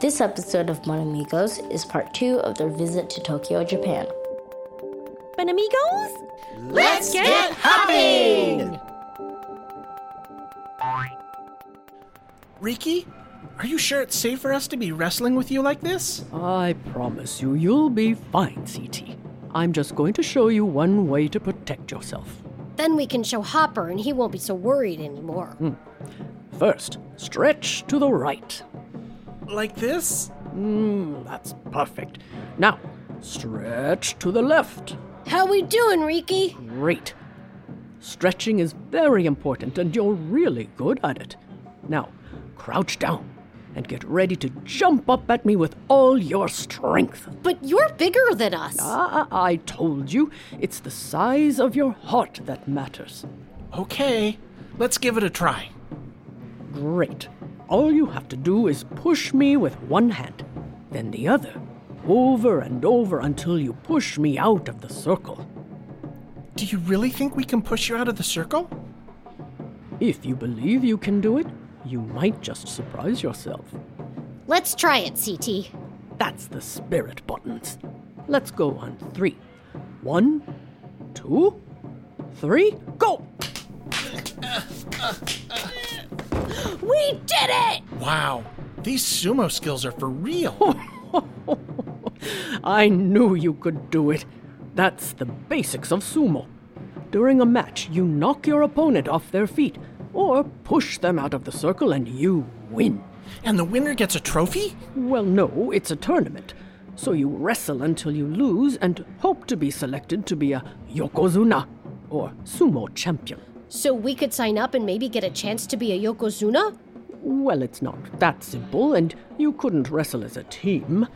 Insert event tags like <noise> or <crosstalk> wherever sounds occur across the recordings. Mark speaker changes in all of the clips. Speaker 1: This episode of Monamigos is part two of their visit to Tokyo, Japan.
Speaker 2: Monamigos?
Speaker 3: Let's get hopping!
Speaker 4: Ricky, are you sure it's safe for us to be wrestling with you like this?
Speaker 5: I promise you, you'll be fine, CT. I'm just going to show you one way to protect yourself.
Speaker 2: Then we can show Hopper and he won't be so worried anymore.
Speaker 5: First, stretch to the right.
Speaker 4: Like this?
Speaker 5: Mmm, that's perfect. Now, stretch to the left.
Speaker 2: How we doing, Riki?
Speaker 5: Great. Stretching is very important, and you're really good at it. Now, crouch down and get ready to jump up at me with all your strength.
Speaker 2: But you're bigger than us.
Speaker 5: Ah, I told you, it's the size of your heart that matters.
Speaker 4: Okay, let's give it a try.
Speaker 5: Great. All you have to do is push me with one hand, then the other, over and over until you push me out of the circle.
Speaker 4: Do you really think we can push you out of the circle?
Speaker 5: If you believe you can do it, you might just surprise yourself.
Speaker 2: Let's try it, CT.
Speaker 5: That's the spirit buttons. Let's go on three. One, two, three, go!
Speaker 2: We did it!
Speaker 4: Wow, these sumo skills are for real.
Speaker 5: I knew you could do it. That's the basics of sumo. During a match, you knock your opponent off their feet or push them out of the circle and you win.
Speaker 4: and the winner gets a trophy?
Speaker 5: Well, no, it's a tournament. So you wrestle until you lose and hope to be selected to be a yokozuna or sumo champion.
Speaker 2: So we could sign up and maybe get a chance to be a Yokozuna?
Speaker 5: Well, it's not that simple, and you couldn't wrestle as a team.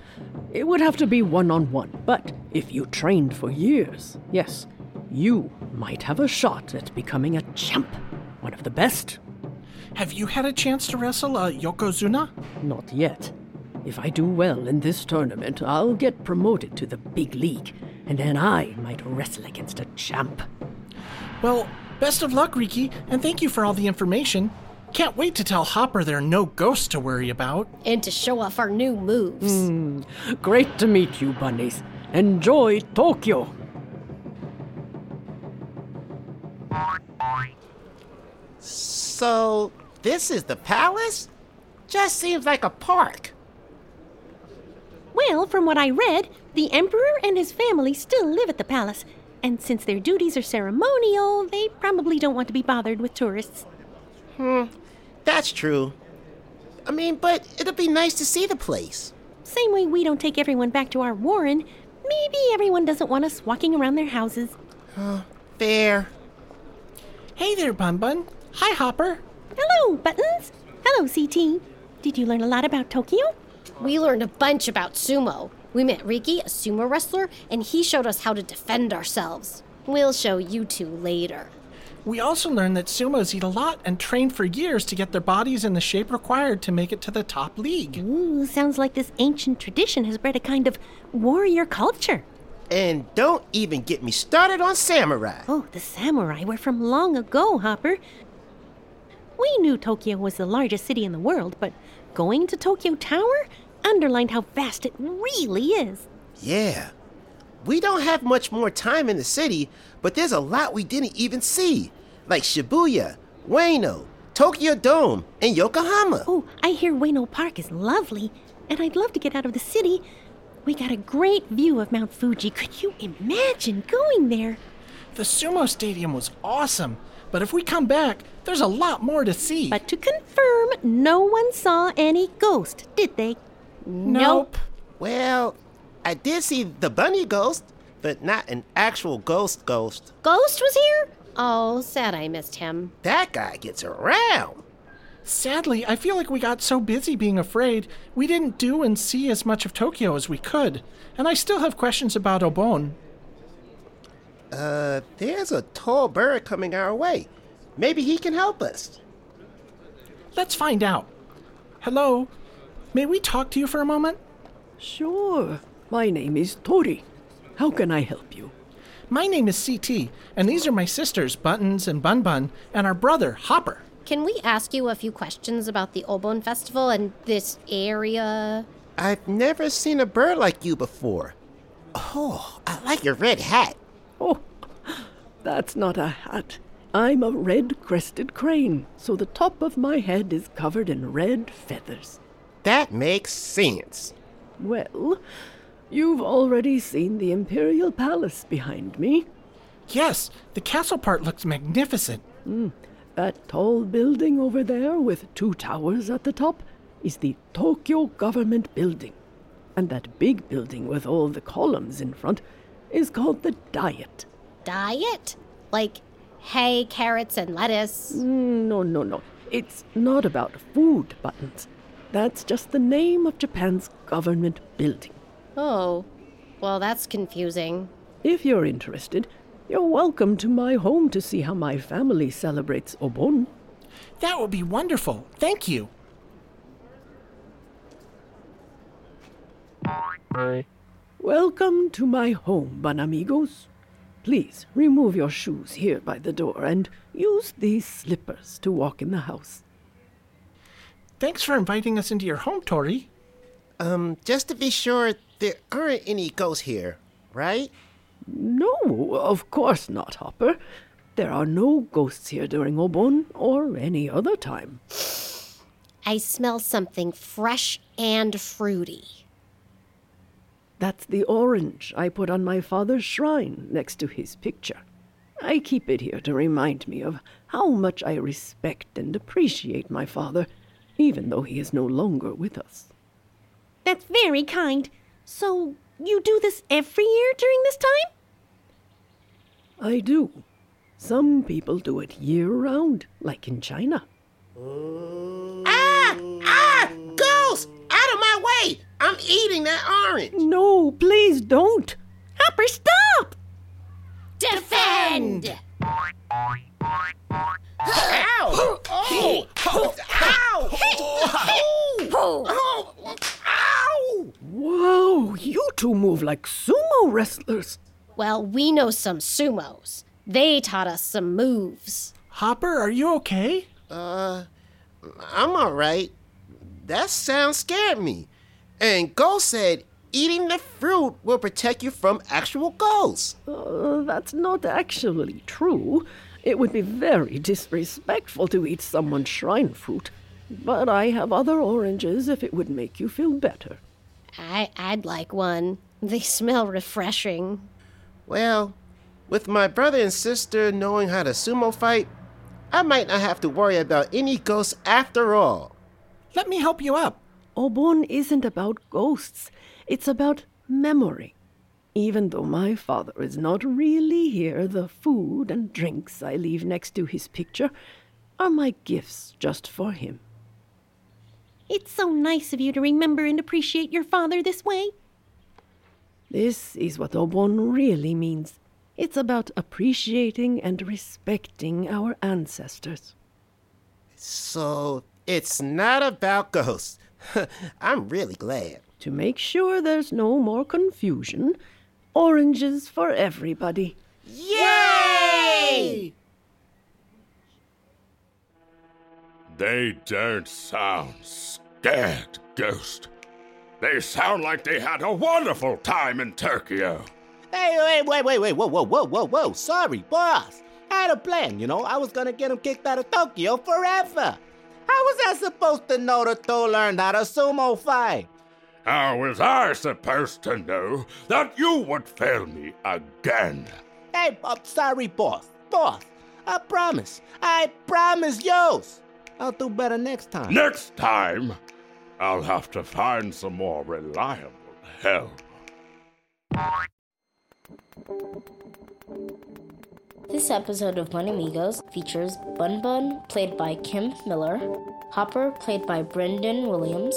Speaker 5: It would have to be one on one, but if you trained for years, yes, you might have a shot at becoming a champ. One of the best?
Speaker 4: Have you had a chance to wrestle a Yokozuna?
Speaker 5: Not yet. If I do well in this tournament, I'll get promoted to the big league, and then I might wrestle against a champ.
Speaker 4: Well, best of luck, Riki, and thank you for all the information. Can't wait to tell Hopper there are no ghosts to worry about.
Speaker 2: And to show off our new moves.
Speaker 5: Great to meet you, bunnies. Enjoy Tokyo!
Speaker 3: So, this is the palace? Just seems like a park.
Speaker 6: Well, from what I read, the Emperor and his family still live at the palace, and since their duties are ceremonial, they probably don't want to be bothered with tourists.
Speaker 3: That's true. I mean, but it'd be nice to see the place.
Speaker 6: Same way we don't take everyone back to our warren, maybe everyone doesn't want us walking around their houses.
Speaker 3: Fair.
Speaker 4: Hey there, Bun Bun. Hi, Hopper.
Speaker 6: Hello, Buttons! Hello, CT! Did you learn a lot about Tokyo?
Speaker 2: We learned a bunch about sumo. We met Riki, a sumo wrestler, and he showed us how to defend ourselves. We'll show you two later.
Speaker 4: We also learned that sumos eat a lot and train for years to get their bodies in the shape required to make it to the top league.
Speaker 6: Ooh, sounds like this ancient tradition has bred a kind of warrior culture.
Speaker 3: And don't even get me started on samurai.
Speaker 6: Oh, the samurai were from long ago, Hopper. We knew Tokyo was the largest city in the world, but going to Tokyo Tower underlined how vast it really is.
Speaker 3: Yeah. We don't have much more time in the city, but there's a lot we didn't even see, like Shibuya, Ueno, Tokyo Dome, and Yokohama.
Speaker 6: Oh, I hear Ueno Park is lovely, and I'd love to get out of the city. We got a great view of Mount Fuji. Could you imagine going there?
Speaker 4: The sumo stadium was awesome, but if we come back, there's a lot more to see.
Speaker 6: But to confirm, no one saw any ghost, did they?
Speaker 2: Nope.
Speaker 3: Well, I did see the bunny ghost, but not an actual ghost ghost.
Speaker 2: Ghost was here? Oh, sad I missed him.
Speaker 3: That guy gets around.
Speaker 4: Sadly, I feel like we got so busy being afraid, we didn't do and see as much of Tokyo as we could. And I still have questions about Obon.
Speaker 3: Uh, there's a tall bird coming our way. Maybe he can help us.
Speaker 4: Let's find out. Hello, may we talk to you for a moment?
Speaker 5: Sure. My name is Tori. How can I help you?
Speaker 4: My name is CT, and these are my sisters, Buttons and Bun Bun, and our brother, Hopper.
Speaker 2: Can we ask you a few questions about the Obon Festival and this area?
Speaker 3: I've never seen a bird like you before. Oh, I like your red hat.
Speaker 5: Oh, that's not a hat. I'm a red crested crane, so the top of my head is covered in red feathers.
Speaker 3: That makes sense.
Speaker 5: Well, you've already seen the Imperial Palace behind me.
Speaker 4: Yes, the castle part looks magnificent.
Speaker 5: That tall building over there with two towers at the top is the Tokyo Government Building. And that big building with all the columns in front is called the Diet.
Speaker 2: Diet? Like hay, carrots, and lettuce?
Speaker 5: No, no, no. It's not about food buttons. That's just the name of Japan's government building.
Speaker 2: Oh, well, that's confusing.
Speaker 5: If you're interested, you're welcome to my home to see how my family celebrates Obon.
Speaker 4: That would be wonderful. Thank you.
Speaker 5: Welcome to my home, Banamigos. Please remove your shoes here by the door and use these slippers to walk in the house.
Speaker 4: Thanks for inviting us into your home, Tori.
Speaker 3: Um, just to be sure, there aren't any ghosts here, right?
Speaker 5: No, of course not, Hopper. There are no ghosts here during Obon or any other time.
Speaker 2: I smell something fresh and fruity.
Speaker 5: That's the orange I put on my father's shrine next to his picture. I keep it here to remind me of how much I respect and appreciate my father, even though he is no longer with us.
Speaker 6: That's very kind. So, you do this every year during this time?
Speaker 5: I do. Some people do it year round, like in China.
Speaker 3: Ah! Ah! Ghost! Out of my way! I'm eating that orange!
Speaker 5: No, please don't!
Speaker 6: Hopper, stop!
Speaker 2: Defend!
Speaker 3: Ow! Oh! Ow! Oh! Ow!
Speaker 5: Whoa, you two move like sumo wrestlers!
Speaker 2: Well, we know some sumos. They taught us some moves.
Speaker 4: Hopper, are you okay?
Speaker 3: I'm alright. That sound scared me. And Ghost said eating the fruit will protect you from actual ghosts.
Speaker 5: Uh, that's not actually true. It would be very disrespectful to eat someone's shrine fruit. But I have other oranges if it would make you feel better.
Speaker 2: I, I'd like one. They smell refreshing.
Speaker 3: Well, with my brother and sister knowing how to sumo fight, I might not have to worry about any ghosts after all.
Speaker 4: Let me help you up.
Speaker 5: Obon isn't about ghosts, it's about memory. Even though my father is not really here, the food and drinks I leave next to his picture are my gifts just for him.
Speaker 6: It's so nice of you to remember and appreciate your father this way.
Speaker 5: This is what Obon really means. It's about appreciating and respecting our ancestors.
Speaker 3: So, it's not about ghosts. <laughs> I'm really glad.
Speaker 5: To make sure there's no more confusion, oranges for everybody.
Speaker 3: Yay!
Speaker 7: They don't sound scared, Ghost. They sound like they had a wonderful time in Tokyo.
Speaker 8: Hey, wait, wait, wait, wait, whoa, whoa, whoa, whoa, whoa. Sorry, boss. I had a plan, you know. I was gonna get him kicked out of Tokyo forever. How was I supposed to know that Toe learned how to sumo fight?
Speaker 7: How was I supposed to know that you would fail me again?
Speaker 8: Hey, I'm sorry, boss. Boss, I promise. I promise yours. I'll do better next time.
Speaker 7: Next time, I'll have to find some more reliable help.
Speaker 1: This episode of Bun Amigos features Bun Bun, played by Kim Miller, Hopper, played by Brendan Williams,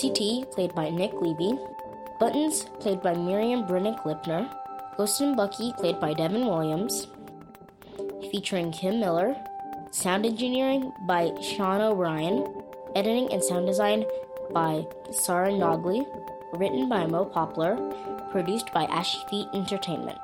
Speaker 1: CT, played by Nick Levy, Buttons, played by Miriam Brennick Lipner, Ghost and Bucky, played by Devin Williams, featuring Kim Miller, sound engineering by Sean O'Brien, editing and sound design by Sarah Nogley, written by Mo Poplar, produced by Ashy Feet Entertainment.